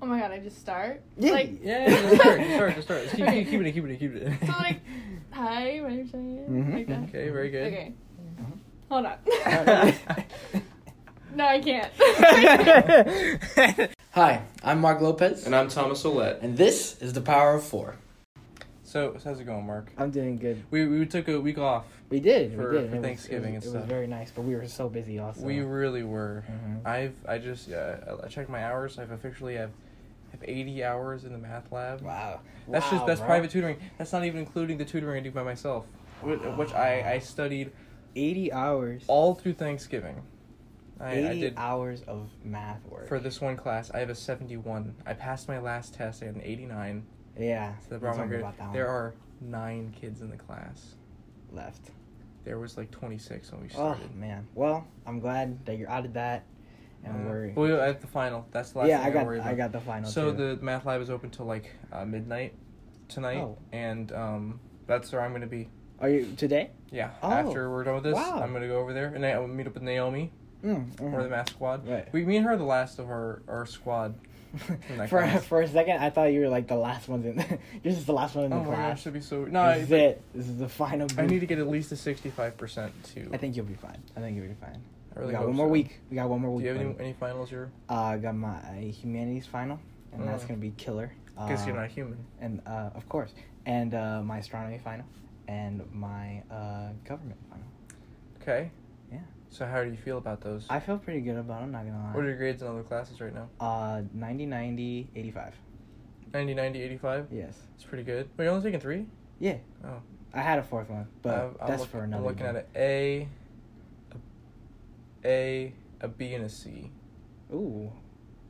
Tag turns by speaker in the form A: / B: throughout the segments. A: Oh my god, I just start?
B: Yeah.
A: Like,
C: Yeah, yeah, just start, just start, just start. Just keep, keep, keep it, keep it, keep it.
A: So, like, hi, my name's Cheyenne.
C: Mm-hmm.
B: Mhm.
A: Like that.
C: okay, very good.
A: Okay.
C: Mm-hmm.
A: Hold on.
B: Alright.
A: no, I can't.
B: Hi, I'm Mark Lopez,
C: And I'm Thomas Olet.
B: and this is the Power of Four.
C: So, so how's it going, Mark?
B: I'm doing good.
C: We we took a week off.
B: We did.
C: For-
B: we did.
C: for
B: It was-
C: Thanksgiving
B: it
C: and
B: was, it
C: stuff.
B: was very nice, but we were so busy also.
C: We really were.
B: Mhm.
C: I've I just yeah, I- I checked my hours. I've officially have have 80 hours in the math lab.
B: Wow.
C: That's
B: Wow,
C: just that's
B: bro.
C: private tutoring. That's not even including the tutoring I do by myself, which, which I I studied
B: 80 hours.
C: all through Thanksgiving. I,
B: 80
C: I did
B: hours of math work.
C: for this one class. I have a 71. I passed my last test at an 89.
B: yeah.
C: So the
B: you
C: problem
B: told me
C: grade.
B: about that
C: There
B: one.
C: are nine kids in the class.
B: left.
C: There was like 26 when we
B: Oh
C: started.
B: man. Well, I'm glad that you're out of that, and
C: Uh,
B: we're.
C: well, at the final. That's the last
B: yeah,
C: thing
B: I got
C: worry about.
B: I got the final.
C: So
B: two.
C: the math lab is open till like uh, midnight tonight,
B: Oh.
C: and um, that's where I'm gonna be.
B: are you today?
C: Yeah,
B: Oh,
C: after we're done with this,
B: wow.
C: I'm gonna go over there and I will meet up with Naomi
B: Mm,
C: or
B: mhm.
C: the math squad.
B: Right.
C: We, me and her, are the last of our our squad. in that
B: for
C: class.
B: for a second, I thought you were like the last ones in. You're just the last one in the
C: oh my gosh,
B: class.
C: that'd be so. No,
B: this is
C: I,
B: it. This is the final.
C: I
B: Group.
C: need to get at least a 65 percent to.
B: I think you'll be fine. I think you'll be fine.
C: I really
B: we got
C: hope
B: one more
C: so.
B: week. We got one more
C: Do
B: week.
C: you have any,
B: buddy.
C: any finals? You're.
B: Uh, I got my uh, humanities final, and that's
C: Mm.
B: gonna be killer. Uh,
C: Because you're not human.
B: And uh, of course, and uh, my astronomy final, and my uh, government final.
C: Okay.
B: Yeah.
C: So how do you feel about those?
B: I feel pretty good about. it, I'm not gonna
C: What are
B: lie.
C: your grades in other classes right now?
B: Uh, 90, 90, 85.
C: 90, 90, 85?
B: Yes.
C: It's pretty good. Wait, you're only taking three?
B: Yeah.
C: Oh.
B: I had a fourth one, but
C: I'm- I'm
B: that's
C: look-
B: for another.
C: I'm looking
B: day.
C: at an A, a, a, a B, and a C.
B: Ooh.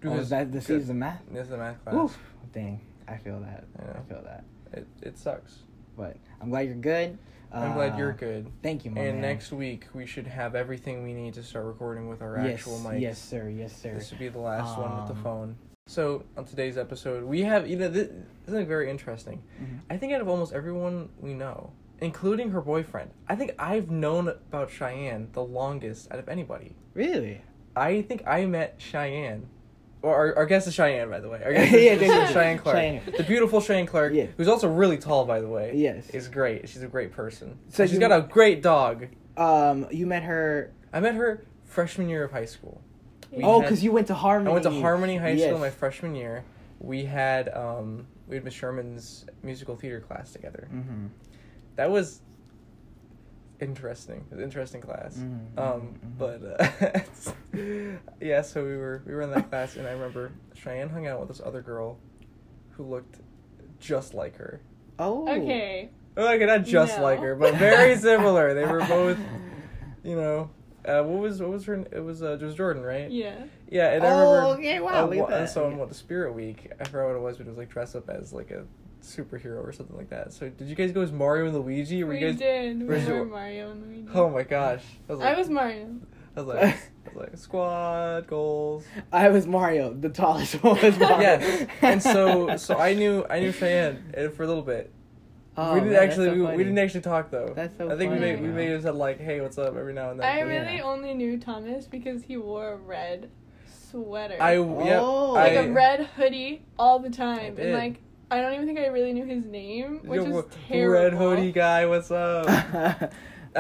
C: Dude,
B: oh,
C: this-
B: is that the
C: good.
B: season of math?
C: This is the math class.
B: Oof. Dang. I feel that.
C: I know.
B: I feel that.
C: It, it sucks.
B: But I'm glad you're good.
C: I'm glad you're
B: Uh,
C: good.
B: Thank you, my man.
C: And next week we should have everything we need to start recording with our
B: yes,
C: actual mics.
B: Yes, sir. Yes, sir.
C: This would be the last one with the
B: Um,
C: phone. So on today's episode, we have you know this, this is like very interesting.
B: Mhm.
C: I think out of almost everyone we know, including her boyfriend, I think I've known about Cheyenne the longest out of anybody.
B: Really?
C: I think I met Cheyenne. Or our, our guest is Cheyenne, by the way. Our
B: Yeah,
C: guest is,
B: yeah,
C: is
B: yeah.
C: Cheyenne Clark.
B: Cheyenne.
C: The beautiful Cheyenne Clark,
B: Yeah.
C: who's also really tall, by the way.
B: Yes.
C: Is great. She's a great person.
B: So
C: So she's
B: you-
C: got a great dog.
B: Um, you met her.
C: I met her freshman year of high school. We
B: oh,
C: had-
B: because you went to Harmony.
C: I went to Harmony High
B: Yes.
C: School my freshman year. We had um, we had Miss Sherman's musical theater class together.
B: Mhm.
C: That was interesting. It was an interesting class.
B: Mhm,
C: Um,
B: mhm, mhm.
C: but uh, yeah, so we were we were in that class, and I remember Cheyenne hung out with this other girl who looked just like her.
B: Oh.
A: okay.
C: Okay, not just
A: No.
C: like her, but very similar. they were both, you know. Uh, what was what was her? It was uh, it was Jordan, right?
A: Yeah.
C: Yeah, and I
B: Oh,
C: remember.
B: okay, wow,
C: uh,
B: look at
C: wa-
B: that.
C: So on
B: Okay.
C: what the Spirit Week, I forgot what it was, but it was like dress up as like a superhero or something like that. So did you guys go as Mario and Luigi? Were
A: We
C: you guys?
A: did. We
C: where's
A: were
C: your-
A: Mario and Luigi.
C: Oh my gosh! I was like,
A: I was Mario.
C: I was like, I was like squad goals.
B: I was Mario. The tallest one was Mario.
C: Yes, and so so I knew I knew Cheyenne uh, for a little bit.
B: Oh,
C: we
B: man,
C: didn't
B: that's
C: actually
B: so
C: we,
B: funny.
C: we didn't actually talk though.
B: That's so
C: I think we
A: funny.
C: may we may have said like, hey, what's up every now and then.
A: I
C: but-
A: really
B: Yeah.
A: only knew Thomas because he wore a red sweater.
C: I yeah.
B: Oh.
A: like
C: I,
A: a red hoodie all the time.
C: did.
A: And like I don't even think I really knew his name,
C: Yo,
A: which was
C: wha-
A: terrible.
C: Red hoodie guy, what's up? I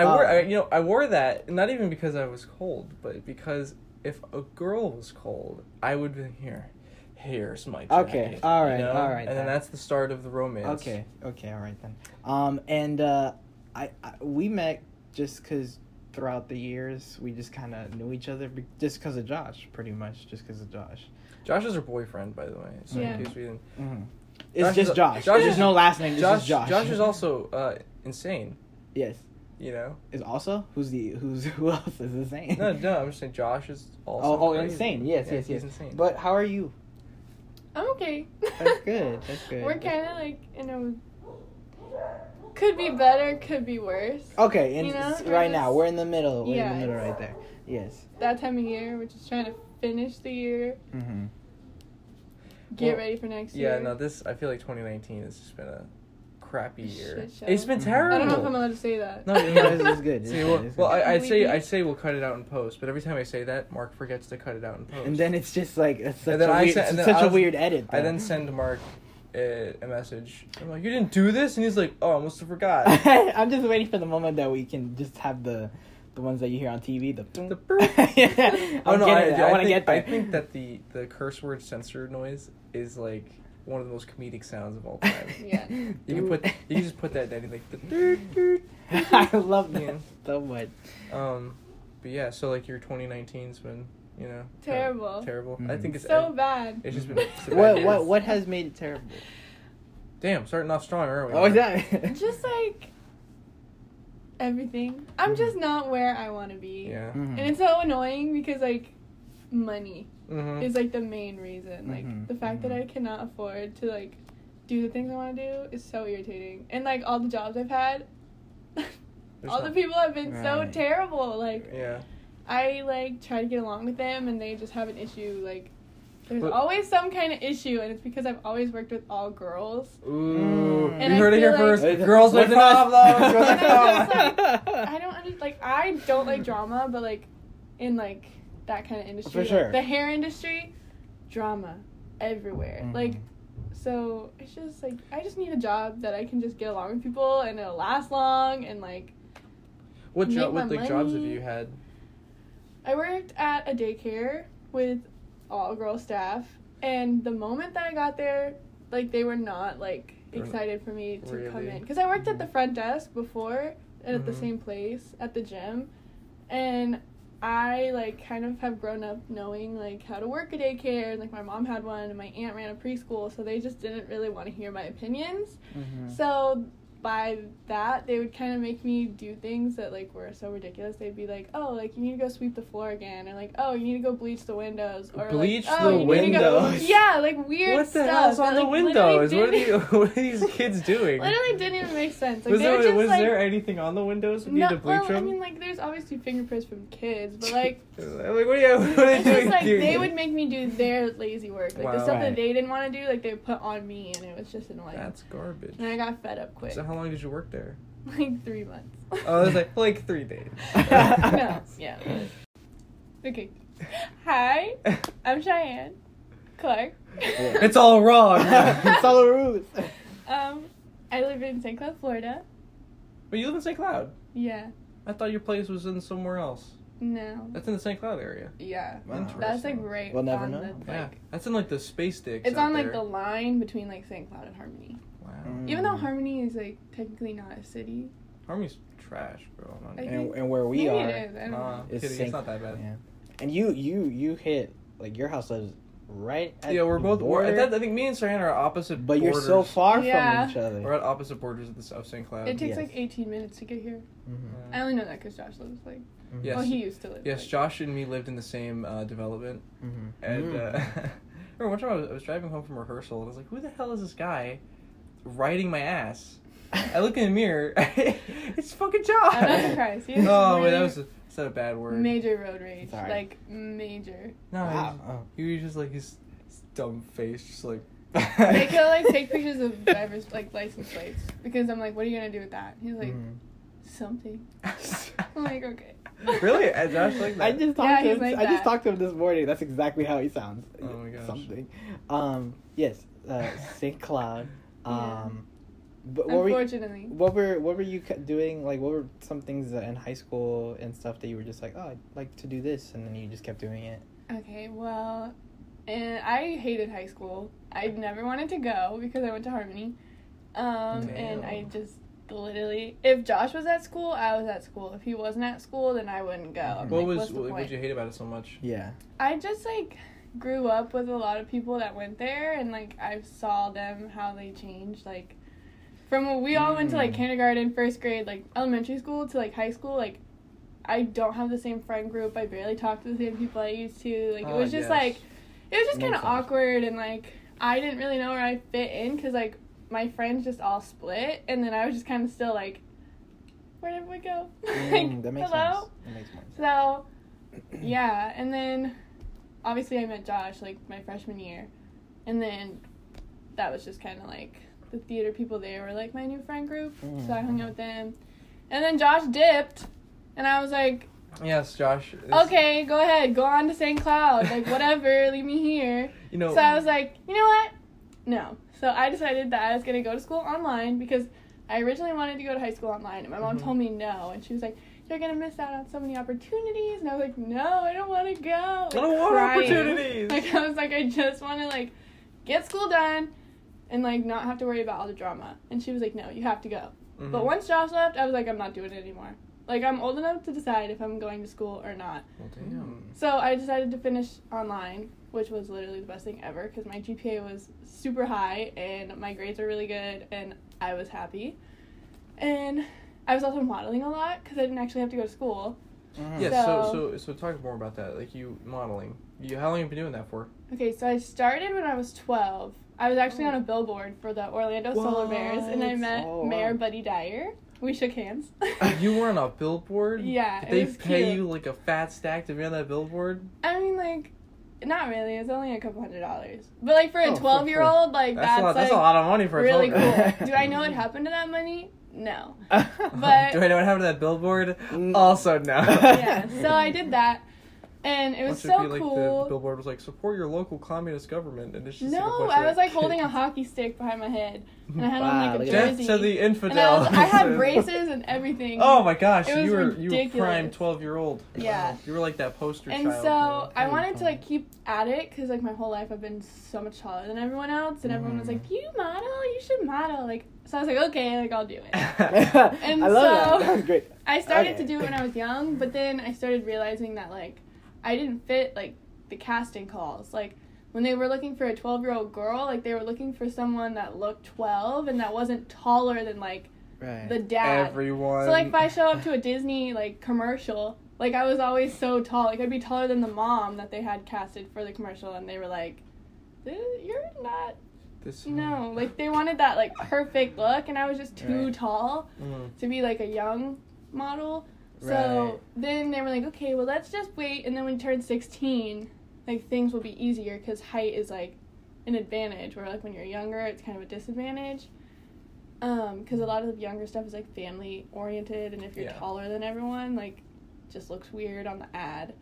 C: wore,
B: Oh.
C: I, you know, I wore that not even because I was cold, but because if a girl was cold, I would be like, here. Here's my jacket.
B: Okay, alright,
C: you know?
B: alright
C: And then
B: then.
C: that's the start of the romance.
B: Okay. Okay. All right then. Um, and uh, I, I we met just because throughout the years we just kind of knew each other be- just because of Josh, pretty much, just because of Josh.
C: Josh is her boyfriend, by the way. So
A: Yeah.
C: in case we didn't.
B: Mm-hmm. It's
C: Josh
B: just
C: is-
B: Josh.
C: Josh
B: There's
C: is-
B: no last name. Josh, just
C: Josh,
B: Josh.
C: Josh is also uh, insane.
B: yes.
C: You know.
B: Is also who's the who's who else is the same?
C: No, no, I'm just saying Josh is also.
B: Oh, oh,
C: crazy.
B: insane. Yes,
C: Yeah,
B: yes, yes.
C: He's insane.
B: But how are you?
A: I'm okay.
B: That's good. That's good.
A: We're kind of like in a could be better, could be worse.
B: Okay, and
A: You know,
B: s-
A: we're
B: right now
A: just-
B: we're in the middle. We're
A: Yeah,
B: in the middle
A: it's-
B: right there. Yes.
A: That time of year, we're just trying to finish the year,
B: Mm-hmm.
A: get
C: Well,
A: ready for next
C: yeah,
A: year.
C: no, this I feel like 2019 has just been a crappy year.
A: Shit show.
C: It's been
B: Mhm.
C: terrible.
A: I don't know if I'm allowed to say that.
C: No,
B: you know, it's- it's good.
C: See,
B: It's
C: well,
B: good, it's
C: well,
B: good.
C: I, I'd say
A: We-
C: I'd say we'll cut it out in post, but every time I say that, Mark forgets to cut it out in post.
B: And then it's just like it's such,
C: then
B: a
C: I
B: weird,
C: sent- and
B: it's
C: then
B: such
C: I
B: a
C: was-
B: weird edit.
C: I
B: though.
C: then send Mark a, a message. I'm like, you didn't do this, and he's like, oh, I must have forgot.
B: I'm just waiting for the moment that we can just have the the ones that you hear on TV. The,
C: The
B: yeah,
C: oh
B: I'm
C: no,
B: getting
C: I,
B: it. I, want to
C: think-
B: get there.
C: I think that the the curse word censor noise is like one of the most comedic sounds of all time.
A: Yeah.
C: You can put you can just put that in anything. The doot, doot.
B: I love that
C: Yeah.
B: so much.
C: Um, but yeah, so like your 2019's been, you know, kinda
A: Terrible.
C: terrible. I
B: Mhm.
C: think it's
A: so bad.
C: It's just been it's a bad
B: What
C: year.
B: what what has made it terrible?
C: Damn, starting off strong, aren't we?
B: Oh, is that?
A: Just like everything. I'm just not where I want to be.
C: Yeah.
B: Mhm.
A: And it's so annoying because like money
C: Mm-hmm.
A: is like the main reason. Like
B: Mhm,
A: the fact
B: mhm.
A: that I cannot afford to like do the things I want to do is so irritating. And like all the jobs I've had, all the people have been so
B: Right.
A: terrible. Like
C: Yeah.
A: I like try to get along with them and they just have an issue like there's
C: But-
A: always some kind of issue and it's because I've always worked with all girls.
C: Ooh.
B: Mm.
A: And
C: you
A: I
C: heard it
A: feel
C: here
A: like-
C: first. Girls with
B: Listen up.
C: problems. Girls
A: And
C: with
A: I
C: problems.
A: just, I don't under- like I don't like drama, but like in like that kind of industry,
B: For
A: like,
B: sure.
A: the hair industry, drama everywhere. Like
B: Mhm.
A: so, it's just like I just need a job that I can just get along with people and it'll last long. And like
C: What
A: Make
C: job?
A: my
C: What like jobs have
A: money.
C: you had?
A: I worked at a daycare with all girl staff, and the moment that I got there, like they were not like
C: They were not-
A: excited for me to come
C: Really? Mm-hmm.
A: in because I worked at the front desk before and at the
C: Mhm.
A: same place at the gym, and I like kind of have grown up knowing like how to work a daycare. and, Like my mom had one, and my aunt ran a preschool, so they just didn't really want to hear my opinions.
B: Mhm.
A: So by that, they would kind of make me do things that like were so ridiculous. They'd be like, "Oh, like you need to go sweep the floor again," or like, "Oh, you need to go bleach the windows," or
C: Bleach
A: like,
C: the
A: "Oh, you need to go-"
C: windows?
A: Yeah, like weird
C: what the
A: stuff.
C: hell's
A: that,
C: on the
A: like, literally
C: windows? What are you?
A: didn't-
C: What are these kids doing?
A: Literally didn't even make sense. Like
C: was
A: they
C: there
A: were just
C: was
A: like,
C: there anything on the windows? We
A: no,
C: need to bleach
A: well, I
C: them.
A: mean, like there's obviously fingerprints from kids, but like
C: Like, what are you? What are you
A: it's
C: doing?
A: just like
C: here?
A: they would make me do their lazy work, like
C: Wow.
A: the stuff
B: Right.
A: that they didn't want to do, like they would put on me, and it was just annoying.
C: That's garbage.
A: and I got fed up quick,
C: So how long did you work there?
A: like three months.
C: Oh, it was like like three days.
A: no, yeah. Okay. Hi, I'm Cheyenne Clark.
C: It's all wrong.
B: it's all the roots.
A: Um, I live in St. Cloud, Florida.
C: but you live in St. Cloud.
A: Yeah.
C: I thought your place was in somewhere else.
A: No.
C: That's in the St. Cloud area.
A: Yeah.
B: Wow.
A: That's like right
B: We'll never
A: on
B: know.
A: the
C: Yeah,
A: like.
C: that's in like the space sticks.
A: It's
C: out
A: on like
C: there.
A: the line between like St. Cloud and Harmony.
C: Wow,
A: Even though
B: Mm.
A: Harmony is like technically not a city.
C: Harmony's trash, bro. I'm not-
A: I
B: Mm. and,
A: think-
B: and where we
A: Maybe
B: are,
A: It is. I don't
C: Nah,
A: know.
C: I'm
B: It's
C: kidding,
B: St.
C: it's not that bad.
B: Yeah. And you you you hit like your house lives right at
C: Yeah, we're
B: the
C: both. We're,
B: border,
C: I, th- I think me and Saran are opposite.
B: but you're
C: borders.
B: so far
A: Yeah.
B: from each other.
C: We're at opposite borders of the of St. Cloud.
A: It takes
B: Yes.
A: like 18 minutes to get here.
C: Mm-hmm.
B: Mhm.
A: I only know that because Josh lives like.
B: Mhm.
C: Yes.
A: Well, he used to live.
C: Yes,
A: like-
C: Josh and me lived in the same uh, development,
B: Mhm.
C: and
B: Mm.
C: uh, remember one time I was, I was driving home from rehearsal, and I was like, "Who the hell is this guy riding my ass?" I look in the mirror, it's fucking Josh.
A: I'm not surprised. He is
C: oh wait,
A: really-
C: that was a, is that a bad word?
A: Major road rage.
B: Sorry.
A: Like, major.
C: No, he was-
B: Wow.
C: he was just like his, his dumb face, just like.
A: They could like take pictures of driver's like license plates because I'm like, what are you gonna do with that? He's like,
C: Mm. mm-hmm.
B: Mhm.
A: something. I'm like, okay.
C: Really? Uh, Josh like that?
B: I just talked
A: Yeah,
B: to
A: he's
B: him.
A: like
B: I just
A: that.
B: talked to him this morning. That's exactly how he sounds.
C: Oh my gosh.
B: Something. Um. Yes. Uh, Saint Cloud. Um. But what were
A: Unfortunately,
B: what were what were you cu- doing? Like, what were some things that in high school and stuff that you were just like, oh, I'd like to do this, and then you just kept doing it.
A: okay. Well, and I hated high school. I never wanted to go because I went to Harmony, um, and I
C: Damn.
A: just literally, if Josh was at school, I was at school. If he wasn't at school, then I wouldn't go. I'm
C: Mm-hmm. What
A: like,
C: was
A: what's the
C: what,
A: point?
C: what you hate about it so much?
B: Yeah.
A: I just like grew up with a lot of people that went there and like I saw them how they changed like from when we all went to like
B: Mm.
A: kindergarten, first grade, like elementary school to like high school, like I don't have the same friend group. I barely talk to the same people I used to. Like it
C: Ah,
A: was just
C: yes.
A: like it was just
B: Oh, Makes
A: kind of
B: sense.
A: awkward and like I didn't really know where I fit in cuz like my friends just all split and then I was just kind of still like where did we go?
B: Mm, that makes
A: hello?
B: sense. That makes more sense.
A: So, yeah, and then obviously I met Josh like my freshman year, and then that was just kind of like the theater people there were like my new friend group, so I
B: Mm.
A: hung out with them. And then Josh dipped, and I was like,
C: Yes, Josh. is-
A: okay, go ahead, go on to St. Cloud, like whatever, leave me here.
C: You know,
A: So I was like, you know what? No. So I decided that I was going to go to school online because I originally wanted to go to high school online, and my mom
C: Mhm.
A: told me no. And she was like, you're going to miss out on so many opportunities. And I was like, no, I don't want to go. I
C: I don't want opportunities.
A: Like, I was like, I just want to, like, get school done and, like, not have to worry about all the drama. And she was like, no, you have to go.
C: Mhm.
A: But once Josh left, I was like, I'm not doing it anymore. Like, I'm old enough to decide if I'm going to school or not.
C: Well,
B: Mm-hmm.
C: damn.
A: So I decided to finish online, which was literally the best thing ever because my GPA was super high and my grades were really good and I was happy. And I was also modeling a lot because I didn't actually have to go to school.
B: Mm.
C: Yes. So,
A: So-
C: so, so talk more about that. Like you modeling. You, how long have you been doing that for?
A: Okay, so I started when I was 12. I was actually
C: Oh.
A: on a billboard for the Orlando Solar Bears and I
B: What?
A: met
B: Oh, wow.
A: Mayor Buddy Dyer. We shook hands.
C: You were on a billboard.
A: Yeah,
C: Did
A: it
C: they
A: was
C: pay
A: cute.
C: you like a fat stack to be on that billboard?
A: I mean, like, not really. It was only a couple hundred dollars. But, like, for a
B: Oh, for
A: 12 year old, like,
C: That's,
A: that's,
C: a lot.
A: like,
C: that's a lot of money for a
A: really
C: telegram.
A: cool. Do I know what happened to that money? No. But-
C: Do I know what happened to that billboard?
B: Mm.
C: Also no.
A: yeah, so I did that, and it was
C: Must
A: so
C: be like the
A: cool.
C: billboard was like support your local communist government, and it's just like, a
A: No,
C: bunch
A: I
C: of,
A: was like holding a hockey stick behind my head, and I had
B: Wow,
A: on like a
B: look at
C: Death
A: jersey,
C: to the
A: and I,
C: infidel.
A: was, I had
C: So-
A: braces and everything.
C: Oh my gosh,
A: It was
C: you were you were
A: ridiculous.
C: prime twelve year old.
A: Yeah.
C: you were like that poster
A: and
C: child.
A: so I
B: Pretty
A: wanted to
B: fun.
A: like keep at it because like my whole life I've been so much taller than everyone else, and everyone was
B: Mhm.
C: Mm-hmm.
A: like, "You model, you should model." Like, so I was like, "Okay, like I'll do it."
B: I
A: so-
B: love that. That was great.
A: I started
B: Okay.
A: to do it when I was young, but then I started realizing that like I didn't fit like the casting calls. Like when they were looking for a 12-year-old girl, like they were looking for someone that looked 12 and that wasn't taller than like
B: Right.
A: the dad.
C: Everyone.
A: so like if I show up to a Disney like commercial, like I was always so tall. Like I'd be taller than the mom that they had casted for the commercial and they were like "Eh, you're not
C: This
A: no like they wanted that like perfect look and i was just too
B: Right.
A: tall
C: Mm.
A: to be like a young model. So
B: Right.
A: then they were like, okay, well, let's just wait. And then when you turn 16, like things will be easier because height is like an advantage, where like when you're younger, it's kind of a disadvantage. Because a lot of the younger stuff is like family oriented, and if you're
C: Yeah.
A: taller than everyone, like just looks weird on the ad.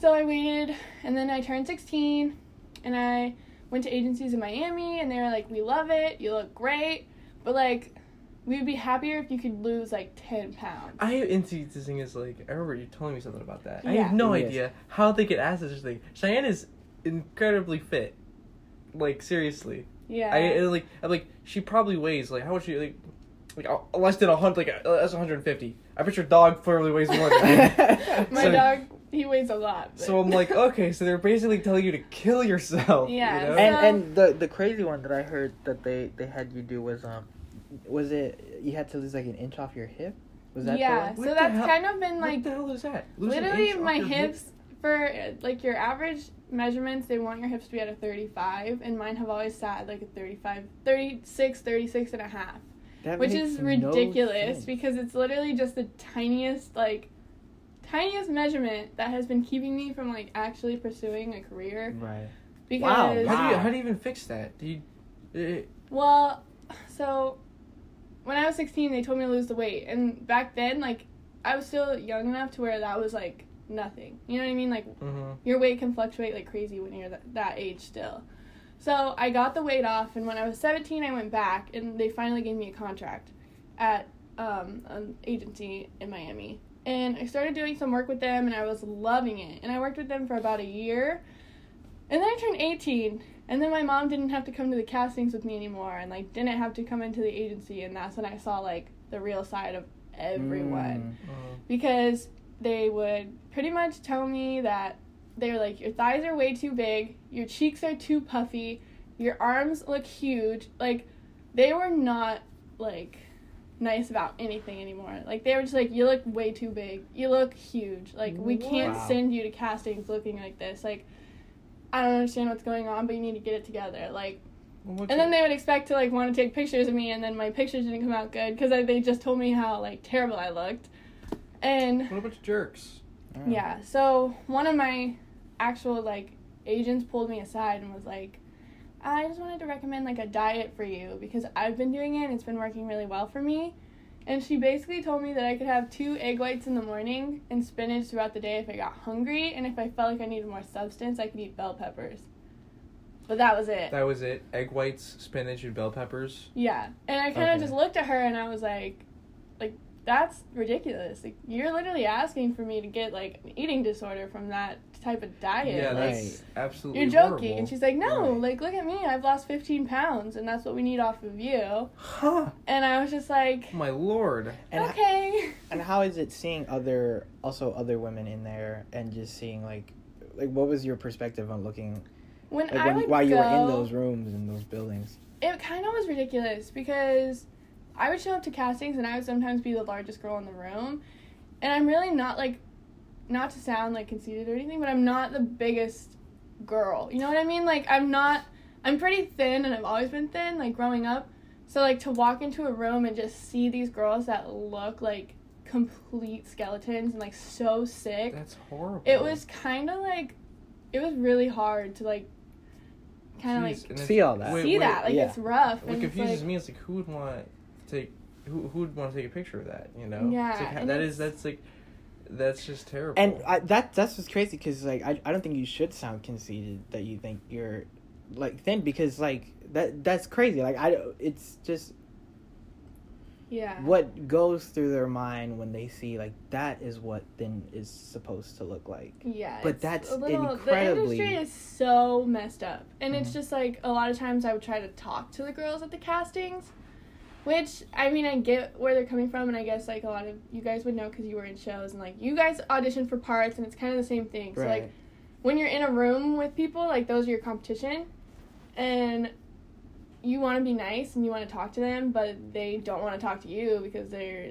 A: So I waited, and then I turned 16, and I went to agencies in Miami, and they were like, we love it, you look great, but like, we would be happier if you could lose like 10 pounds.
C: I indeed this thing is like I remember you telling me something about that. I
A: Yeah.
C: have no
B: Yes.
C: idea how they could ask such a thing. Cheyenne is incredibly fit. Like seriously,
A: Yeah.
C: I I, like I'm like she probably weighs like how much she like like uh, less than a hundred like uh, that's 150. I bet your dog probably weighs more. Than that.
A: My
C: So-
A: dog, he weighs a lot. but-
C: so I'm like "Oh, okay, so they're basically telling you to kill yourself. you
A: Yeah,
C: know?
A: so-
B: and and the the crazy one that I heard that they they had you do was um was it you had to lose like an inch off your hip was that the
A: yeah,
B: one?
C: What
A: so
C: the
A: that's
C: hell-
A: kind of been
C: what
A: like
C: the hell is that? Lose an
A: literally
C: inch off
A: my
C: your hip?
A: hips for uh, like your average measurements, they want your hips to be at a 35, and mine have always sat at, like a 35, 36, 36 and a half,
B: That
A: which
B: makes
A: is
B: no
A: ridiculous
B: sense.
A: because it's literally just the tiniest, like, tiniest measurement that has been keeping me from like actually pursuing a career
B: right Wow,
A: because
C: How do you
B: Wow.
C: how do you even fix that? Do you? It,
A: Well, so when I was 16, they told me to lose the weight. And back then, like, I was still young enough to where that was, like, nothing. You know what I mean? Like,
C: mm-hmm.
A: your weight can fluctuate like crazy when you're th- that age still. So I got the weight off, and when I was 17, I went back, and they finally gave me a contract at um, an agency in Miami. And I started doing some work with them, and I was loving it. And I worked with them for about a year. And then I turned 18, and then my mom didn't have to come to the castings with me anymore, and like didn't have to come into the agency. And that's when I saw like the real side of everyone because they would pretty much tell me that they were like, your thighs are way too big, your cheeks are too puffy, your arms look huge. Like, they were not like nice about anything anymore. Like, they were just like, you look way too big, you look huge. Like, we can't
B: Wow.
A: send you to castings looking like this. Like, I don't understand what's going on, but you need to get it together. Like, and then they would expect to like want to take pictures of me, and then my pictures didn't come out good because they just told me how like terrible I looked. And
C: What about the jerks?
B: Mm.
A: yeah, so one of my actual like agents pulled me aside and was like, I just wanted to recommend like a diet for you because I've been doing it and it's been working really well for me. And she basically told me that I could have two egg whites in the morning and spinach throughout the day if I got hungry and if I felt like I needed more substance, I could eat bell peppers. But that was it.
C: That was it. Egg whites, spinach, and bell peppers.
A: Yeah. And I kind of
C: Okay.
A: just looked at her and I was like, like that's ridiculous. Like you're literally asking for me to get like an eating disorder from that type of diet.
C: Yeah,
A: like,
C: that's absolutely.
A: you're joking.
C: horrible.
A: And she's like, no,
C: Right.
A: like look at me. I've lost 15 pounds and that's what we need off of you.
B: Huh.
A: And I was just like,
C: My lord.
B: And I-
A: okay.
B: And how is it seeing other also other women in there and just seeing like like what was your perspective on looking
A: when
B: like
A: I
B: when,
A: would
B: while
A: go,
B: you were in those rooms and those buildings?
A: it kind of was ridiculous because I would show up to castings and I would sometimes be the largest girl in the room. And I'm really not like, not to sound like conceited or anything, but I'm not the biggest girl. You know what I mean? Like, I'm not, I'm pretty thin and I've always been thin, like growing up. So, like, to walk into a room and just see these girls that look like complete skeletons and like so sick.
C: That's horrible.
A: It was kind of like, it was really hard to like, kind of like
C: Jeez, and
B: See
C: it's-
B: all that.
C: wait,
A: see
C: wait,
A: that. Like
B: Uh, yeah.
A: it's rough.
C: What
A: and it's,
C: confuses
A: like-
C: me is like who would want to take who who would want to take a picture of that? You know?
A: Yeah,
C: It's like,
A: and
C: that is
A: it's-
C: that's like that's just terrible.
B: And I, that that's what's crazy because like I, I don't think you should sound conceited that you think you're like thin because like that that's crazy like I don't- it's just
A: Yeah.
B: what goes through their mind when they see like that is what thin is supposed to look like.
A: Yeah.
B: But
A: it's
B: that's
A: a little,
B: incredibly-
A: The industry is so messed up, and it's
B: Mhm.
A: just like a lot of times I would try to talk to the girls at the castings, which I mean I get where they're coming from, and I guess like a lot of you guys would know because you were in shows and like you guys audition for parts, and it's kind of the same thing. So like when you're in a room with people, like those are your competition, and you want to be nice and you want to talk to them, but they don't want to talk to you because they're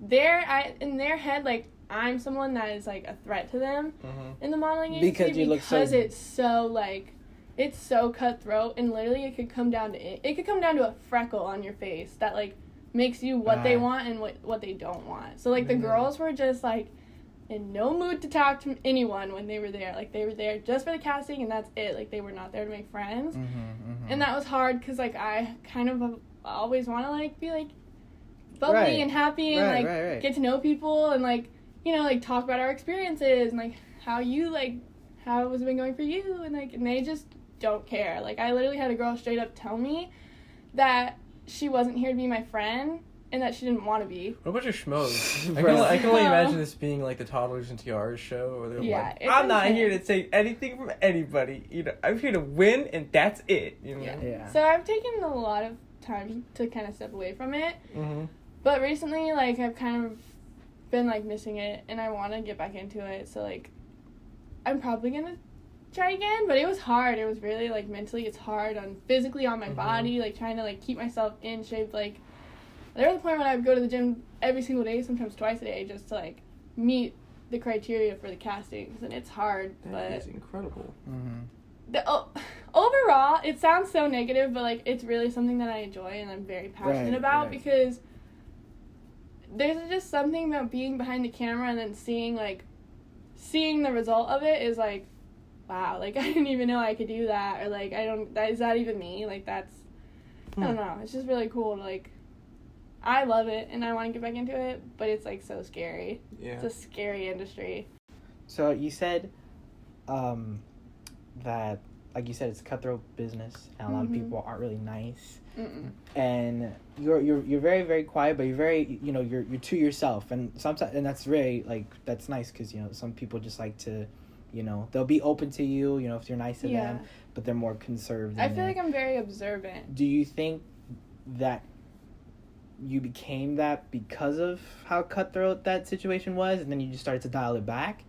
A: they're I, in their head like I'm someone that is like a threat to them
C: Mhm.
A: in the modeling industry
B: Because you look so-
A: because it's so like it's so cutthroat and literally it could come down to it, it could come down to a freckle on your face that like makes you what they
B: Right.
A: want and what what they don't want. So like the
C: Mhm.
A: girls were just like in no mood to talk to anyone when they were there. Like they were there just for the casting and that's it. Like they were not there to make friends.
B: Mm-hmm,
A: And that was hard because like I kind of always want to like be like bubbly
B: Right.
A: and happy and
B: Right,
A: like
B: right, right.
A: get to know people and like you know like talk about our experiences and like how you like how has it been going for you and like and they just don't care. Like I literally had a girl straight up tell me that she wasn't here to be my friend and that she didn't want to be.
C: What about your schmoes? I
B: Right.
C: can, I can only
A: No.
C: imagine this being like the toddlers and tiaras show, where they're
A: Yeah,
C: like,
A: it's
C: "I'm not
A: insane.
C: here to take anything from anybody. You know, I'm here to win, and that's it." You know.
A: Yeah.
B: Yeah.
A: So I've taken a lot of time to kind of step away from it.
C: Mm-hmm.
A: But recently, like I've kind of been like missing it, and I want to get back into it. So like, I'm probably gonna try again. But it was hard. It was really like mentally, it's hard on physically on my
C: Mhm.
A: body. Like trying to like keep myself in shape. Like there was a point when I would go to the gym every single day, sometimes twice a day, just to like meet the criteria for the castings, and it's hard.
C: That
A: but
C: is incredible.
B: Mhm.
A: the o overall, it sounds so negative, but like it's really something that I enjoy and I'm very passionate
B: Right,
A: about
B: right.
A: because there's just something about being behind the camera and then seeing like seeing the result of it is like wow, like I didn't even know I could do that or like I don't that is that even me? Like that's I don't
C: Hmm.
A: know. It's just really cool to like I love it and I want to get back into it, but it's like so scary.
C: Yeah.
A: It's a scary industry.
B: So you said um that like you said it's a cutthroat business and a lot
A: Mhm.
B: of people aren't really nice
A: Mm-mm.
B: and you're you're you're very very quiet but you're very you know you're you're to yourself and sometimes and that's very like that's nice cuz you know some people just like to you know they'll be open to you you know if you're nice to
A: Yeah.
B: them but they're more conserved
A: I
B: in
A: feel
B: their-
A: like I'm very observant.
B: do you think that you became that because of how cutthroat that situation was and then you just started to dial it back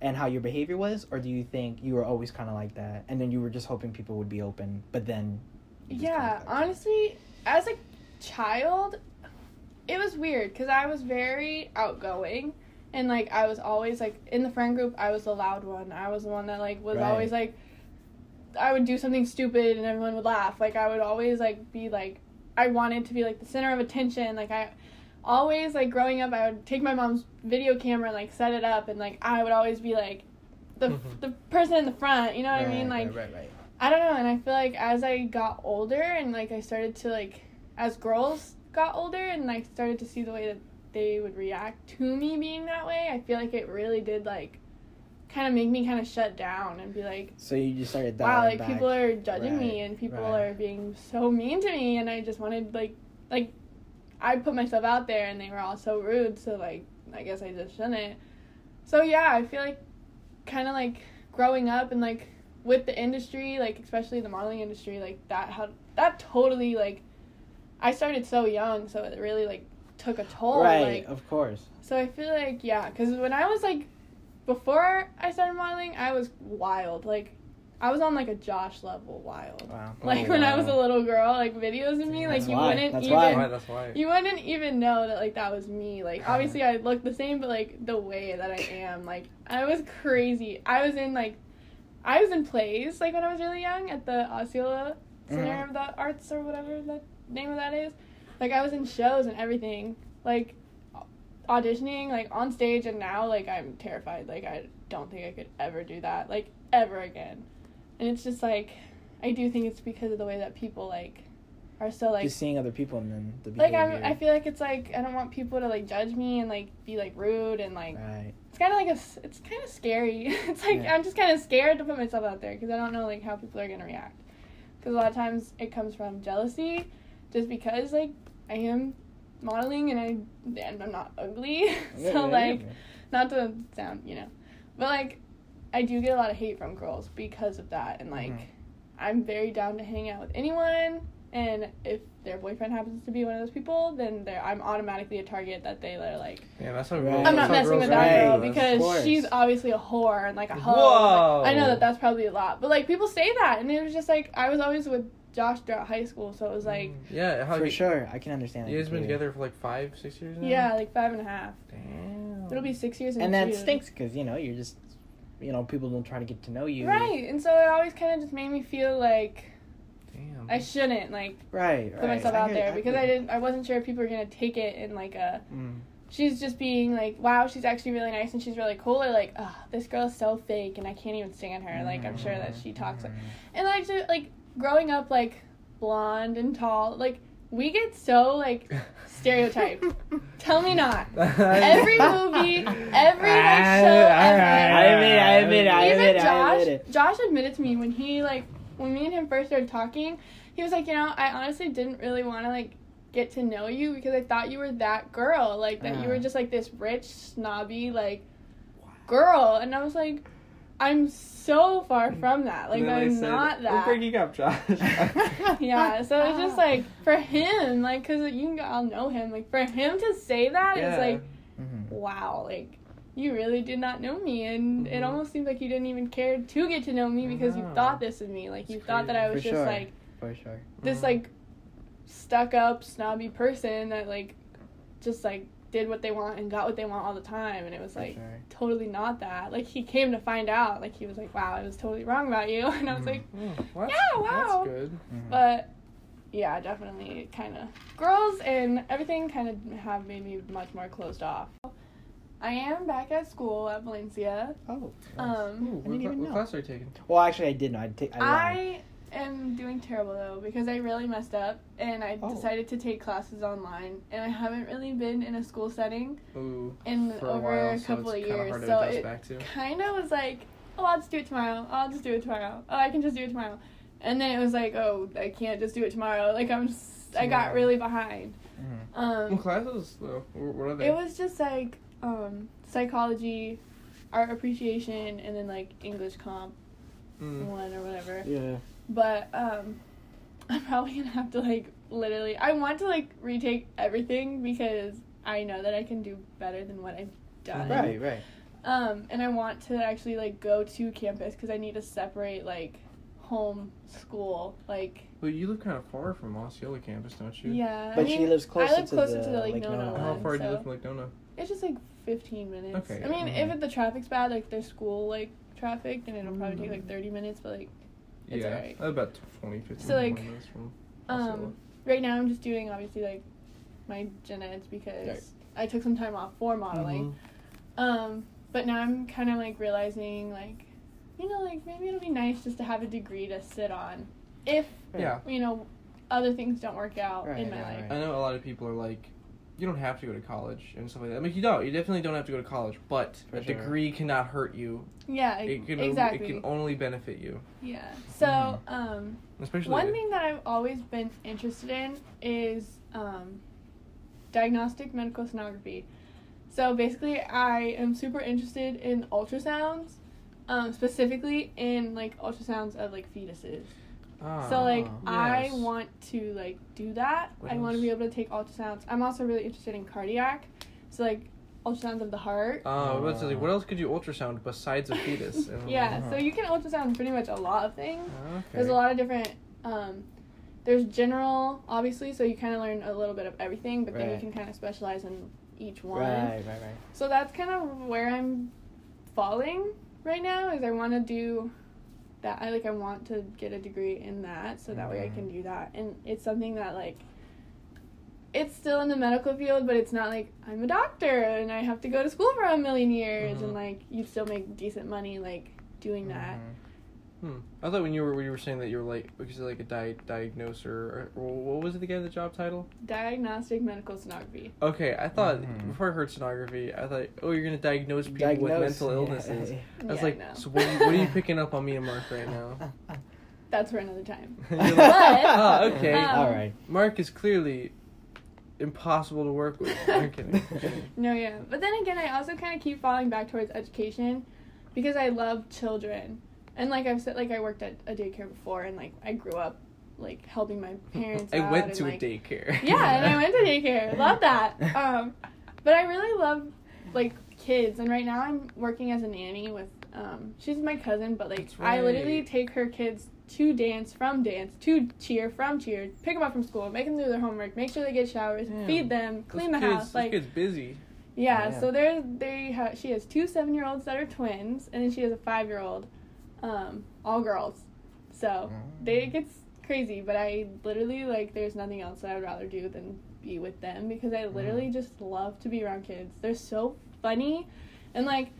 B: and how your behavior was or do you think you were always kind of like that and then you were just hoping people would be open but then you just
A: Yeah,
B: kinda stuck?
A: honestly, as a child, it was weird because I was very outgoing and like I was always like in the friend group, I was the loud one. I was the one that like was
B: Right.
A: always like I would do something stupid and everyone would laugh. Like I would always like be like I wanted to be like the center of attention. Like I always like growing up, I would take my mom's video camera and like set it up and like I would always be like the
C: Mhm.
A: the person in the front, you know what I mean?
B: Right,
A: Like
B: right, right, right.
A: I don't know, and I feel like as I got older and like I started to like as girls got older and I started to see the way that they would react to me being that way, I feel like it really did like kind of make me kind of shut down and be like
B: So you just started
A: wow,
B: dialing
A: like
B: back.
A: people are judging me
B: Right,
A: and people
B: right.
A: are being so mean to me and I just wanted like like I put myself out there and they were all so rude, so like I guess I just shouldn't. So yeah, I feel like kind of like growing up and like with the industry, like especially the modeling industry, like that how that totally like I started so young, so it really like took a toll
B: right,
A: like
B: of course.
A: so I feel like yeah, because when I was like, before I started modeling, I was wild. Like, I was on like a Josh level wild.
B: Wow.
A: Like
C: Oh,
A: when I was a
C: wow.
A: little girl, like videos of me, like
B: That's
A: you
B: why.
A: wouldn't
B: That's
A: even
B: why.
C: That's why. That's why.
A: you wouldn't even know that like that was me. Like obviously I looked the same, but like the way that I am, like I was crazy. I was in like I was in plays like when I was really young at the Osceola Center
B: Mhm.
A: of the Arts or whatever the name of that is. Like I was in shows and everything. Like au- auditioning like on stage and now like I'm terrified. Like I don't think I could ever do that like ever again. And it's just like I do think it's because of the way that people like are so like
B: just seeing other people and then the
A: like
B: behavior.
A: I'm, I feel like it's like I don't want people to like judge me and like be like rude and like
B: Right.
A: it's kind of like a s- it's kind of scary. it's like
B: Yeah.
A: I'm just kind of scared to put myself out there because I don't know like how people are gonna react. Because a lot of times it comes from jealousy, just because like I am modeling and I and I'm not ugly,
B: Yeah,
A: so
B: yeah,
A: like
B: yeah.
A: not to sound you know, but like I do get a lot of hate from girls because of that and like
B: Mhm.
A: I'm very down to hang out with anyone. And if their boyfriend happens to be one of those people, then they're, I'm automatically a target that they are like,
C: Yeah, that's how
B: Right.
C: girls-
A: I'm
C: that's
A: not
C: how
A: messing
C: girls
A: with
C: are
A: that girl
C: raised.
B: Right, of
A: because
B: course.
A: she's obviously a whore and like a hoe.
C: Whoa.
A: Like, I know that that's probably a lot, but like people say that, and it was just like I was always with Josh throughout high school, so it was like
C: yeah, how
B: for
C: you,
B: sure, I can understand.
C: You
B: it
C: guys been
B: completely.
C: together for like five, six years now.
A: yeah, like five and a half.
C: Damn.
A: It'll be six years, in
B: and that
A: June.
B: stinks because you know you're just, you know, people don't try to get to know you.
A: right? And so it always kind of just made me feel like
C: Damn.
A: I shouldn't like
B: Right.
A: put
B: right.
A: myself
B: I
A: out
B: hear-
A: there because I
B: hear-
A: didn't, I wasn't sure if people were gonna take it in like a
B: Mm.
A: she's just being like, wow, she's actually really nice and she's really cool, or like, oh, this girl's so fake and I can't even stand her. Like, I'm sure that she talks.
B: Mhm.
A: And like, to, like growing up, like blonde and tall, like we get so like stereotyped. Tell me not. Every movie, every like
C: Ah,
A: show
B: I
A: ever.
C: alright.
B: admit it. I admit it. I
A: Even
B: admit it. I
A: Josh,
B: admit it.
A: Josh admitted to me when he like when me and him first started talking, he was like, you know, I honestly didn't really want to like get to know you because I thought you were that girl, like that you
B: Uh.
A: were just like this rich snobby like girl, and I was like, I'm so far from that. Like
C: And then they
A: I'm
C: said,
A: not that.
C: We're breaking up, Josh.
A: Yeah, so it's just like for him, like, cause you all know him, like, for him to say that is
C: Yeah.
A: like,
B: Mhm.
A: wow, like, you really did not know me, and it
B: Mm-hmm.
C: Mhm.
A: almost seems like you didn't even care to get to know me because you
C: No.
A: thought this of me, like, you
C: It's
A: thought that I
B: crazy. Mm-hmm.
A: was
B: For
A: just
B: sure.
A: like
B: For sure.
A: this
C: Mhm.
A: like stuck up snobby person that like just like did what they want and got what they want all the time, and it was
B: For
A: like
B: sure.
A: totally not that. Like he came to find out, like he was like, wow, I was totally wrong about you, and I was
B: Mhm.
A: like.
C: Oh, well, that's-
A: Yeah, wow.
C: That's good.
B: Mhm.
A: But yeah, definitely kind of girls and everything kind of have made me much more closed off. I am back at school at Valencia.
B: oh. nice.
A: Um,
C: Ooh,
B: I didn't
C: what, cla-
B: even
C: what
B: know.
C: class are you taking?
B: well, actually, I did know. I take. I, lied.
A: I am doing terrible though because I really messed up and I
B: Oh.
A: decided to take classes online and I haven't really been in a school setting
C: Ooh,
A: in
C: for
A: over
C: a while,
A: a couple
C: so
A: of
C: it's kinda
A: years.
C: hard
A: So
C: to adjust
A: it um,
C: back to.
A: kind of was like, oh, I'll just do it tomorrow. Oh, I'll just do it tomorrow. Oh, I can just do it tomorrow. And then it was like, oh, I can't just do it tomorrow. Like I'm, s I I got
C: Tomorrow.
A: really behind.
B: Mhm.
A: Um,
C: What classes though? Wh- What are they?
A: It was just like um, psychology, art appreciation, and then like English comp
C: Mm.
A: one or whatever.
B: Yeah.
A: But um, I'm probably gonna have to like literally. I want to like retake everything because I know that I can do better than what I've done.
B: Right. Right.
A: Um, and I want to actually like go to campus because I need to separate like home school like
C: Well, you live kind of far from Osceola campus, don't you?
A: yeah.
B: But
A: I mean,
B: she lives closer
A: I live
B: to
A: closer
B: the
A: to the Lake
B: Lake
A: Nona
B: Nona
A: one,
C: How far do you
A: so-
C: live from Lake Nona?
A: It's just like 15 minutes.
C: Okay.
A: I mean,
B: Mhm.
A: if the traffic's bad, like there's school like traffic, and it'll probably take like
C: Mm-hmm.
A: 30 minutes. But like, It's
C: yeah,
A: alright.
C: about 20, 15
A: So, like,
C: minutes from Osceola.
A: um, right now I'm just doing obviously like my gen eds because
B: Right.
A: I took some
C: Mm-hmm.
A: time off for modeling. Um, but now I'm kind of like realizing like you know, like maybe it'll be nice just to have a degree to sit on if,
B: Right.
C: Yeah.
A: you know, other things don't work out in
B: Right,
A: my
B: right,
A: life.
B: right.
C: I know a lot of people are like, you don't have to go to college and stuff like that. I mean, you don't. You definitely don't have to go to college, but
B: For
C: a
B: sure.
C: degree cannot hurt you.
A: Yeah,
C: It can,
A: exactly.
C: It can Mm-hmm. only benefit you,
A: yeah. So, um,
C: especially
A: One thing that I've always been interested in is um, diagnostic medical sonography. So basically, I am super interested in ultrasounds, um, specifically in like ultrasounds of like fetuses.
C: Ah,
A: so like I
C: yes.
A: want to like do that.
C: What
A: I want to
C: else?
A: be able to take ultrasounds. I'm also really interested in cardiac, so like ultrasounds of the heart.
C: Uh, what's it like, what else could you ultrasound besides a fetus? Oh, And-
A: yeah, so
B: Uh-huh.
A: you can ultrasound pretty much a lot of things.
C: Okay.
A: There's a lot of different. Um, there's general, obviously, so you kind of learn a little bit of everything, but then you
B: Right.
A: can kind of specialize in each one.
B: Right, right, right.
A: So that's kind of where I'm falling right now. Is I want to do that. I like I want to get a degree in that, so that way I
B: Mhm.
A: can do that. And it's something that like. It's still in the medical field, but it's not like I'm a doctor and I have to go to school for a million years,
C: Mhm.
B: Mm-hmm.
A: and like you still make decent money like doing that.
C: Hmm. I thought when you were when you were saying that you were like because you're like a di- diagnoser or, or what was it again the job title?
B: Mm-hmm.
A: Diagnostic medical sonography.
C: Okay, I thought
B: Mhm.
C: before I heard sonography, I thought oh you're gonna diagnose people with
B: Diagnose-
C: mental
B: yeah.
C: illnesses. I was
A: Yeah,
C: like,
A: no.
C: so what are, you, what are you picking up on me and Mark right now?
A: That's for another time.
C: And you're like,
A: But-
C: "Oh, okay.
A: Um,
B: All right.
C: Mark is clearly impossible to work with. I'm kidding. I'm kidding.
A: No, yeah. But then again, I also kind of keep falling back towards education because I love children. And like I've said, like I worked at a daycare before, and like I grew up like helping my parents.
C: I
A: out
C: went
A: and,
C: to
A: like-
C: a daycare.
A: Yeah, and I went to daycare. Love that. Um, but I really love like kids, and right now I'm working as a nanny with. Um, she's my cousin, but like
C: That's
A: I literally
C: right.
A: take her kids to dance from dance to cheer from cheer, pick them up from school, make them do their homework, make sure they get showers,
C: Damn.
A: feed them,
C: Those
A: clean the
C: kids-
A: house,
C: those
A: like
C: kids busy.
A: yeah,
B: Yeah.
A: so there they ha- she has two seven year olds that are twins, and then she has a five year old, um, all girls. So they it gets crazy, but I literally like there's nothing else that I would rather do than be with them because I
C: Mm-hmm.
A: literally just love to be around kids. They're so funny, and like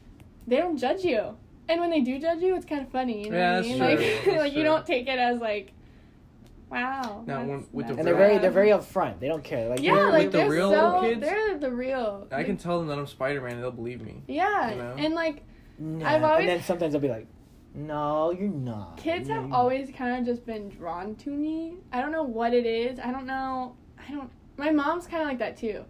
A: they don't judge you, and when they do judge you, it's kind of funny. You know
C: Yeah,
A: what I
C: that's
A: mean?
B: true,
A: Like
C: that's
A: like you
C: true.
A: don't take it as like, wow.
C: Now,
A: that's
C: when- with the
A: messed
B: And they're
A: up."
B: very they're very upfront. They don't care. Like
A: yeah,
C: they're
A: like,
C: like the
A: they're
C: real
A: so,
C: kids.
A: They're the real.
C: I can tell them that I'm Spider Man and they'll believe me.
A: Yeah,
C: you know?
A: and like
B: "Nah,"
A: I've always-
B: and then sometimes I'll be like, No, you're not.
A: kids
B: No,
A: have
B: you're not."
A: always kind of just been drawn to me. I don't know what it is. I don't know. I don't. My mom's kind of like that too.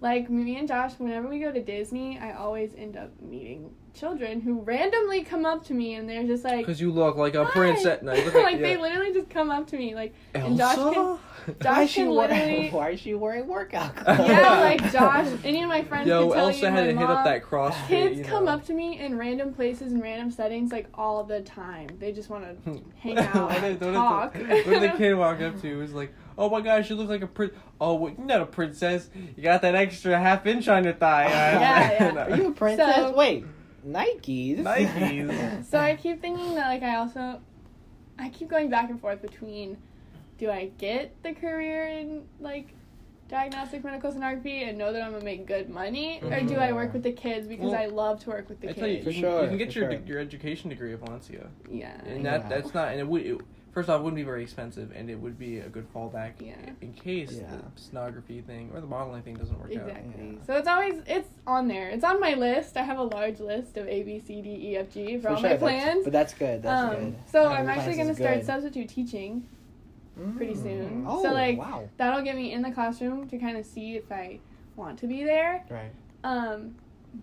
A: Like me and Josh, whenever we go to Disney, I always end up meeting children who randomly come up to me and they're just like,
C: Because you look like a
A: "Hi."
C: princess. No, you look
A: like
C: yeah.
A: they literally just come up to me like,
C: Elsa?
A: and Josh can- Josh
B: why is she
A: can literally-
B: wearing why is she wearing workout clothes?
A: yeah, like Josh. Any of my friends
C: Yo,
A: could tell
C: Elsa
A: you
C: had
A: my
C: to hit up
A: mom-
C: that cross.
A: Kids come up to me in random places and random settings like all the time. They just want to
C: Hmm.
A: hang out,
C: What did-
A: talk.
C: What did the, what did the kid walk up to? It was like, oh my gosh, you look like a prince. Oh, what, you're not a princess. You got that extra half inch on your thigh.
A: Yeah,
B: Are you a princess?
A: So-
B: Wait, Nikes.
C: Nikes.
A: So I keep thinking that like I also I keep going back and forth between do I get the career in like diagnostic medical sonography and know that I'm gonna make good money? Or do I work with the kids because
C: Well,
A: I love to work with the
C: I
A: kids?
C: tell you, you,
B: For
C: can-
B: sure,
C: you can get
B: for
C: your
B: sure.
C: your education degree at
A: Uh,
C: Valencia,
A: yeah.
C: and that
B: Yeah.
C: that's not. And it would it, first off, it wouldn't be very expensive, and it would be a good fallback
A: Yeah.
C: in case
B: Yeah.
C: the sonography thing or the modeling thing doesn't work out.
A: Exactly.
B: Yeah.
A: So it's always it's on there. It's on my list. I have a large list of A B C D E F G for,
B: For
A: all
B: sure,
A: my
B: that's-
A: plans.
B: But that's good. That's
A: um,
B: good.
A: so
B: Having
A: I'm actually
B: plans
A: gonna
B: is
A: start
B: good.
A: substitute teaching pretty
B: Mm.
A: soon.
B: Oh,
A: so like
B: wow.
A: that'll get me in the classroom to kind of see if I want to be there.
B: Right.
A: Um,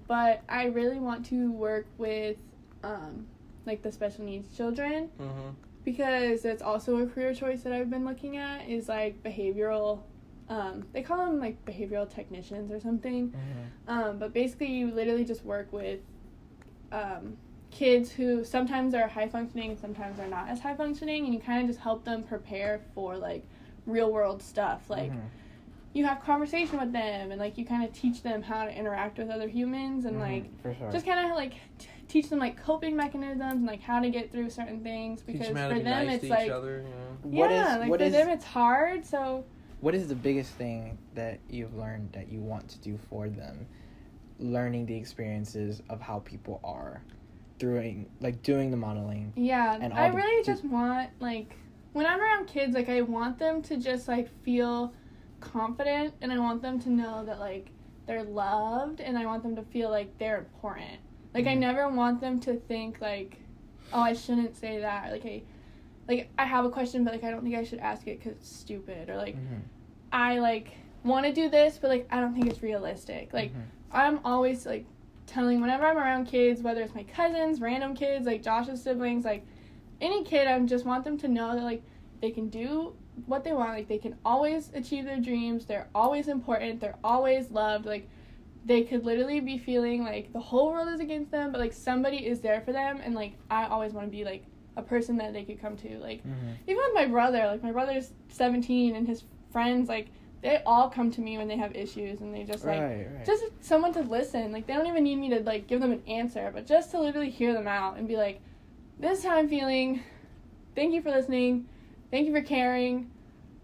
A: but I really want to work with um, like the special needs children
C: Mm-hmm.
A: because that's also a career choice that I've been looking at is like behavioral. Um, they call them like behavioral technicians or something.
C: Mm-hmm.
A: Um, but basically, you literally just work with um, kids who sometimes are high functioning, sometimes are not as high functioning, and you kind of just help them prepare for like real world stuff like
C: Mm-hmm.
B: Mhm.
A: you have conversation with them and like you kind of teach them how to interact with other humans and like
C: Mm-hmm.
B: Mhm, for sure.
A: just kind of like t- teach them like coping mechanisms and like how to get through certain things because
C: Teach them how
A: for
C: to be
A: them
C: nice
A: it's
C: to
A: like
C: each other. You know?
B: What
A: yeah
B: is-
A: like
B: what
A: for
B: is-
A: them it's hard so
B: What is the biggest thing that you've learned that you want to do for them? Learning the experiences of how people are doing like doing the modeling.
A: Yeah,
B: and
A: I
B: all the-
A: really just want like when I'm around kids, like I want them to just like feel confident, and I want them to know that like they're loved, and I want them to feel like they're important. Like I
B: Mhm.
A: never want them to think like, oh, I shouldn't say that. or, Like I, like I have a question, but like I don't think I should ask it because it's stupid, or like
B: Mhm.
A: I like want to do this, but like I don't think it's realistic. Like
B: Mhm.
A: I'm always like telling whenever I'm around kids, whether it's my cousins, random kids, like Josh's siblings, like any kid, I just want them to know that like they can do what they want, like they can always achieve their dreams. They're always important. They're always loved. Like they could literally be feeling like the whole world is against them, but like somebody is there for them, and like I always want to be like a person that they could come to, like
B: Mhm.
A: even with my brother like my brother's 17 and his friends like they all come to me when they have issues and they just like
B: right, right.
A: just someone to listen like they don't even need me to like give them an answer but just to literally hear them out and be like this is how i'm feeling thank you for listening thank you for caring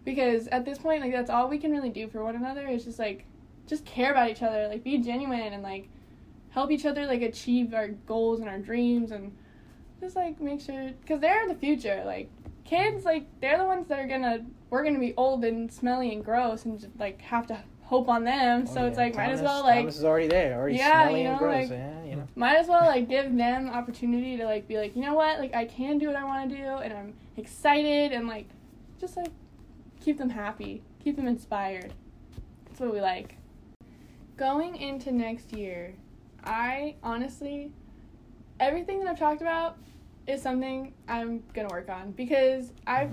A: because at this point like that's all we can really do for one another is just like just care about each other like be genuine and like help each other like achieve our goals and our dreams and just like make sure because they're the future like kids like they're the ones that are gonna we're gonna be old and smelly and gross and just, like have to hope on them
B: Oh,
A: so it's
B: yeah.
A: like might as
B: Thomas-
A: well like
B: Thomas is already there, already
A: Yeah,
B: smelly
A: you
B: and
A: know,
B: gross.
A: like-
B: yeah, you know.
A: might as well like give them the opportunity to like be like you know what like i can do what i want to do and i'm excited and like just like keep them happy keep them inspired that's what we like going into next year i honestly everything that i've talked about is something i'm gonna work on because i've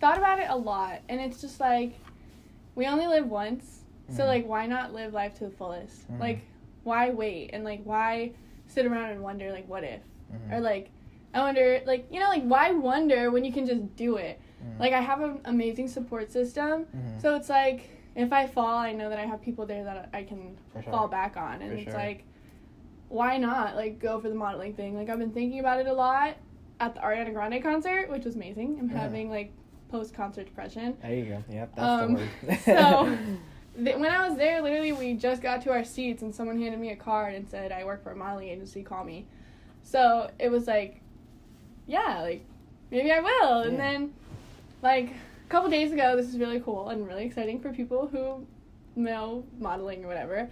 A: thought about it a lot and it's just like we only live once so
B: Mhm.
A: like why not live life to the fullest
B: Mhm.
A: like why wait and like why sit around and wonder like what if
B: Mhm.
A: or like i wonder like you know like why wonder when you can just do it
B: Mhm.
A: like i have an amazing support system
B: Mhm.
A: so it's like if i fall i know that i have people there that i can
B: For sure.
A: fall back on and
B: For
A: it's
B: sure.
A: like why not like go for the modeling thing like i've been thinking about it a lot at the ariana grande concert which was amazing i'm
B: Yeah.
A: having like post concert depression
B: There you go. Yep, that's
A: Um,
B: the word.
A: so- Th- when I was there, literally, we just got to our seats and someone handed me a card and said, I work for a modeling agency, call me. So it was like, yeah, like, maybe I will. And
B: Yeah.
A: then, like, a couple days ago, this is really cool and really exciting for people who know modeling or whatever.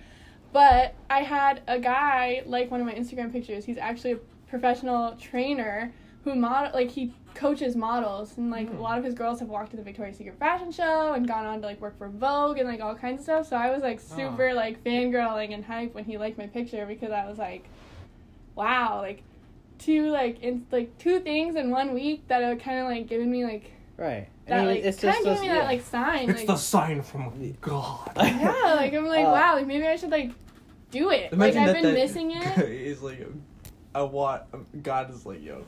A: But I had a guy, like one of my Instagram pictures, he's actually a professional trainer who model like he coaches models and like
B: Hmm.
A: a lot of his girls have walked to the Victoria's Secret fashion show and gone on to like work for Vogue and like all kinds of stuff. So I was like
B: Oh.
A: super like fangirling and hype when he liked my picture because I was like, wow, like two like in like two things in one week that are kind of like giving me like
B: right.
A: that like kind of giving me that
B: yeah.
A: like sign like
C: sign from God.
A: yeah like I'm like
B: Uh,
A: wow like maybe I should like do it like I've been missing it
C: Is like, I want God is like, yo,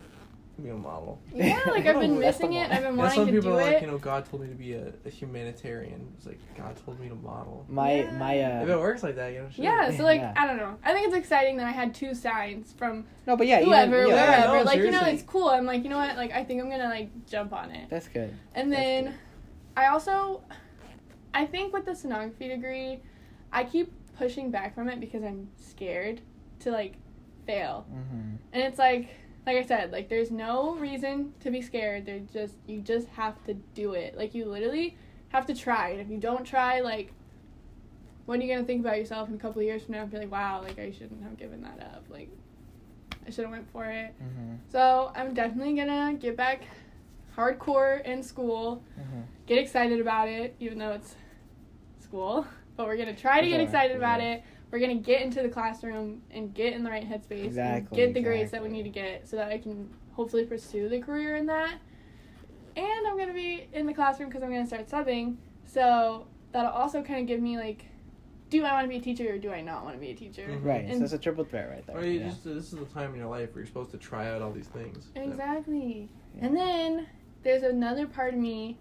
C: be a model.
A: yeah like I've been
B: Oh, That's the
A: missing it
B: one.
A: I've been
C: That's why
A: wanting to
C: people
A: do
C: are like, you
A: it
C: know, God told me to be a, a humanitarian. It's like God told me to model.
B: my
A: Yeah.
B: my
C: If it
B: uh
C: works like that, you know. Sure.
A: yeah so like
B: Yeah.
A: I don't know I think it's exciting that I had two signs from
B: no, but yeah, even-
A: whoever,
B: yeah,
C: yeah,
A: wherever.
C: no,
A: like you know,
C: seriously.
A: it's cool. I'm like, you know what? Like I think I'm gonna like jump on it.
B: That's good.
A: And
B: That's
A: then
B: good.
A: I also, I think with the sonography degree, I keep pushing back from it because I'm scared to like fail.
B: Mm-hmm.
A: And it's like, like I said, like there's no reason to be scared. There's just you just have to do it. Like you literally have to try. And if you don't try, like. When are you gonna think about yourself in a couple of years from now and be like, wow, like I shouldn't have given that up. Like I should have went for it.
B: Mm-hmm.
A: So I'm definitely gonna get back hardcore in school.
B: Mm-hmm.
A: Get excited about it, even though it's school. But we're gonna try to get
B: Sure,
A: excited about
B: yeah.
A: it. We're gonna get into the classroom and get in the right headspace. and
B: Exactly,
A: get the grades that we need
B: exactly.
A: to get so that I can hopefully pursue the career in that. And I'm gonna be in the classroom because I'm gonna start subbing. So that'll also kind of give me like, do I want to be a teacher or do I not want to be a teacher?
C: Mhm.
B: Right.
A: And-
B: so it's a triple threat right there.
C: Or you
B: yeah.
C: just,
D: uh,
C: this is the time in your life where you're supposed to try out all these things.
A: Exactly.
B: Yeah.
A: And then there's another part of me,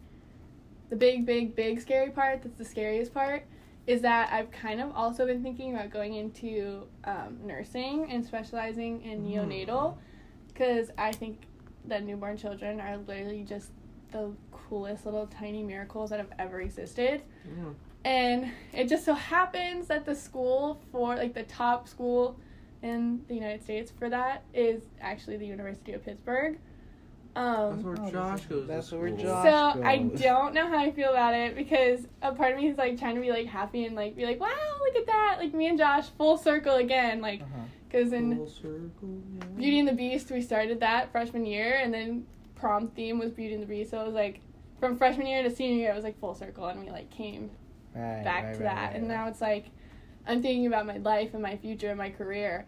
A: the big, big, big scary part that's the scariest part, is that I've kind of also been thinking about going into um, nursing and specializing in
C: Mm.
A: neonatal because I think that newborn children are literally just the coolest little tiny miracles that have ever existed.
C: Yeah.
A: And it just so happens that the school for, like, the top school in the United States for that is actually the University of Pittsburgh. Um,
D: That's where
B: Oh, that's
D: Josh
B: it.
D: goes. to
B: That's where
D: school.
B: Josh-
A: so I
B: goes.
A: don't know how I feel about it because a part of me is like trying to be like happy and like be like, wow, look at that, like me and Josh full circle again, like
B: Uh-huh.
A: because in
D: Full circle, yeah.
A: Beauty and the Beast we started that freshman year and then prom theme was Beauty and the Beast, so it was like from freshman year to senior year it was like full circle and we like came
B: Right,
A: back
B: right,
A: to
B: right,
A: that
B: right,
A: and
B: right.
A: now it's like i'm thinking about my life and my future and my career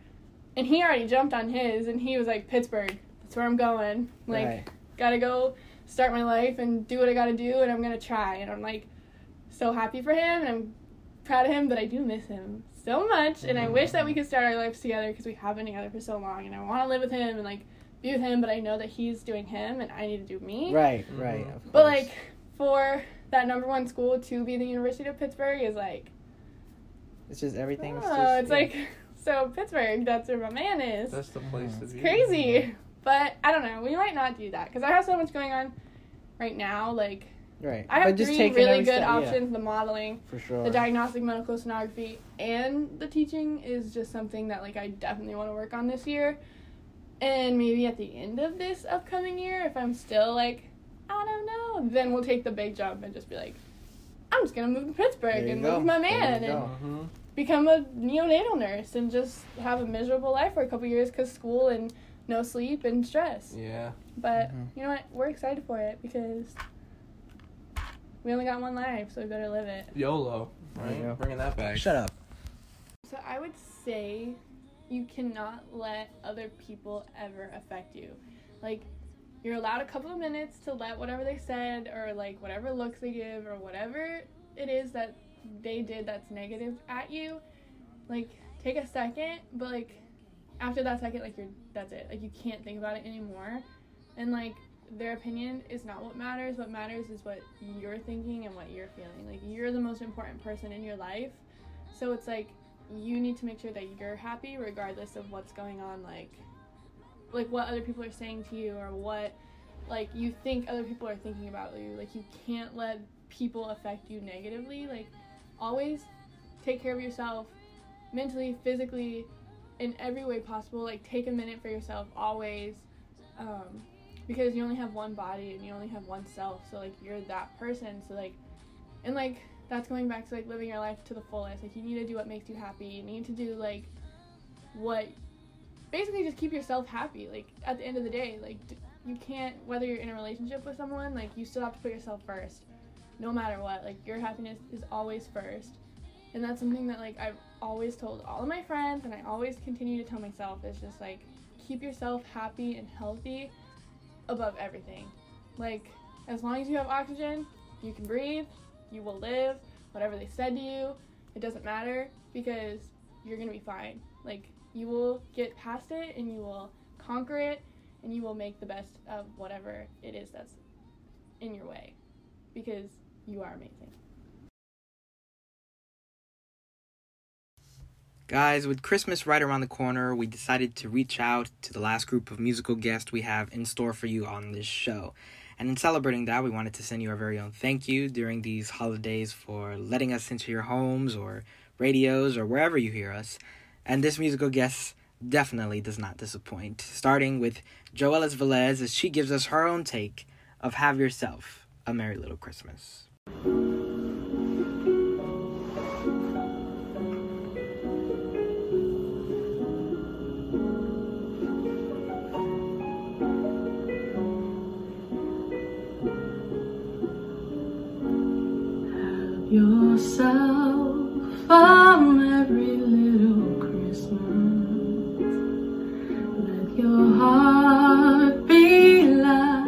A: and he already jumped on his and he was like pittsburgh that's where i'm going like
B: Right.
A: gotta go start my life and do what i gotta do and i'm gonna try and i'm like so happy for him and i'm proud of him but i do miss him so much and i wish that we could start our lives together because we have been together for so long and i want to live with him and like be with him but i know that he's doing him and i need to do me
B: Right, right.
C: Mhm.
B: of
A: but
B: course.
A: like for that number one school to be the University of Pittsburgh is like
B: it's just everything.
A: oh, it's like so Pittsburgh. That's where my man is.
D: That's the place to be.
A: It's crazy, but I don't know. We might not do that because I have so much going on right now. Like
B: right.
A: I have
B: but just
A: three
B: taking
A: really
B: every
A: good
B: step- yeah,
A: options: the modeling,
B: for sure.
A: the diagnostic medical sonography, and the teaching is just something that like I definitely want to work on this year. And maybe at the end of this upcoming year, if I'm still like, I don't know, then we'll take the big jump and just be like, I'm just gonna move to
B: There
A: Pittsburgh
B: you
A: and
B: go.
A: live with my
B: There you
A: man and
B: go.
D: Mhm.
A: become a neonatal nurse and just have a miserable life for a couple years because school and no sleep and stress.
D: Yeah.
A: But
B: Mhm.
A: you know what? We're excited for it because we only got one life, so we better live it.
D: YOLO.
B: There you go.
D: Right. Bringing that back.
B: Shut up.
A: So I would say you cannot let other people ever affect you. Like you're allowed a couple of minutes to let whatever they said or like whatever looks they give or whatever it is that they did that's negative at you. Like take a second, but like after that second like you're that's it. Like you can't think about it anymore. And like their opinion is not what matters. What matters is what you're thinking and what you're feeling. Like you're the most important person in your life. So it's like you need to make sure that you're happy regardless of what's going on like like what other people are saying to you or what like you think other people are thinking about you like you can't let people affect you negatively like always take care of yourself mentally physically in every way possible like take a minute for yourself always um because you only have one body and you only have one self so like you're that person so like and like that's going back to like living your life to the fullest. Like you need to do what makes you happy. You need to do like what basically just keep yourself happy. Like at the end of the day, like d- you can't whether you're in a relationship with someone, like you still have to put yourself first. No matter what, like your happiness is always first. And that's something that like I've always told all of my friends and I always continue to tell myself is just like keep yourself happy and healthy above everything. Like as long as you have oxygen, you can breathe, you will live. Whatever they said to you, it doesn't matter because you're gonna be fine. Like you will get past it and you will conquer it and you will make the best of whatever it is that's in your way because you are amazing.
B: Guys, with Christmas right around the corner, we decided to reach out to the last group of musical guests we have in store for you on this show. And in celebrating that, we wanted to send you our very own thank you during these holidays for letting us into your homes or radios or wherever you hear us. And this musical guest definitely does not disappoint, starting with Joelis Velez as she gives us her own take of Have Yourself a Merry Little Christmas.
E: yourself a merry little Christmas. Let your heart be light.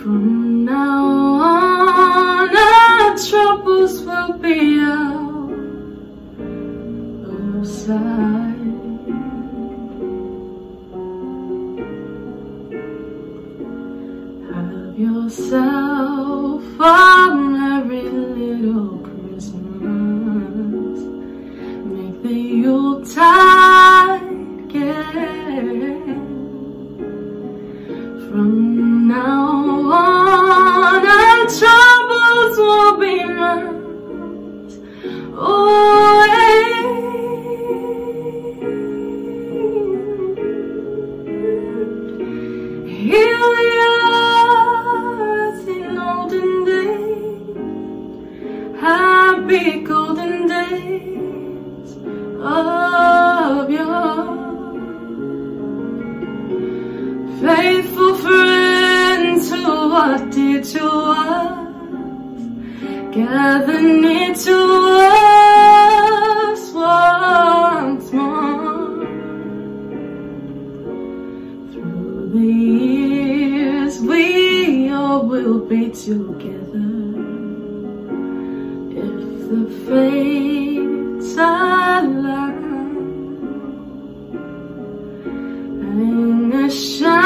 E: From now on, our troubles will be out of sight. Have yourself a merry little Christmas. Make the Yuletide gay. From now on, our troubles will be mine. Away. Hallelujah, as in olden days, happy golden days of yore. Faithful friends who are dear to us, gather near to us once more. Through the years, we all will be together. If the fates align, and in the shadow.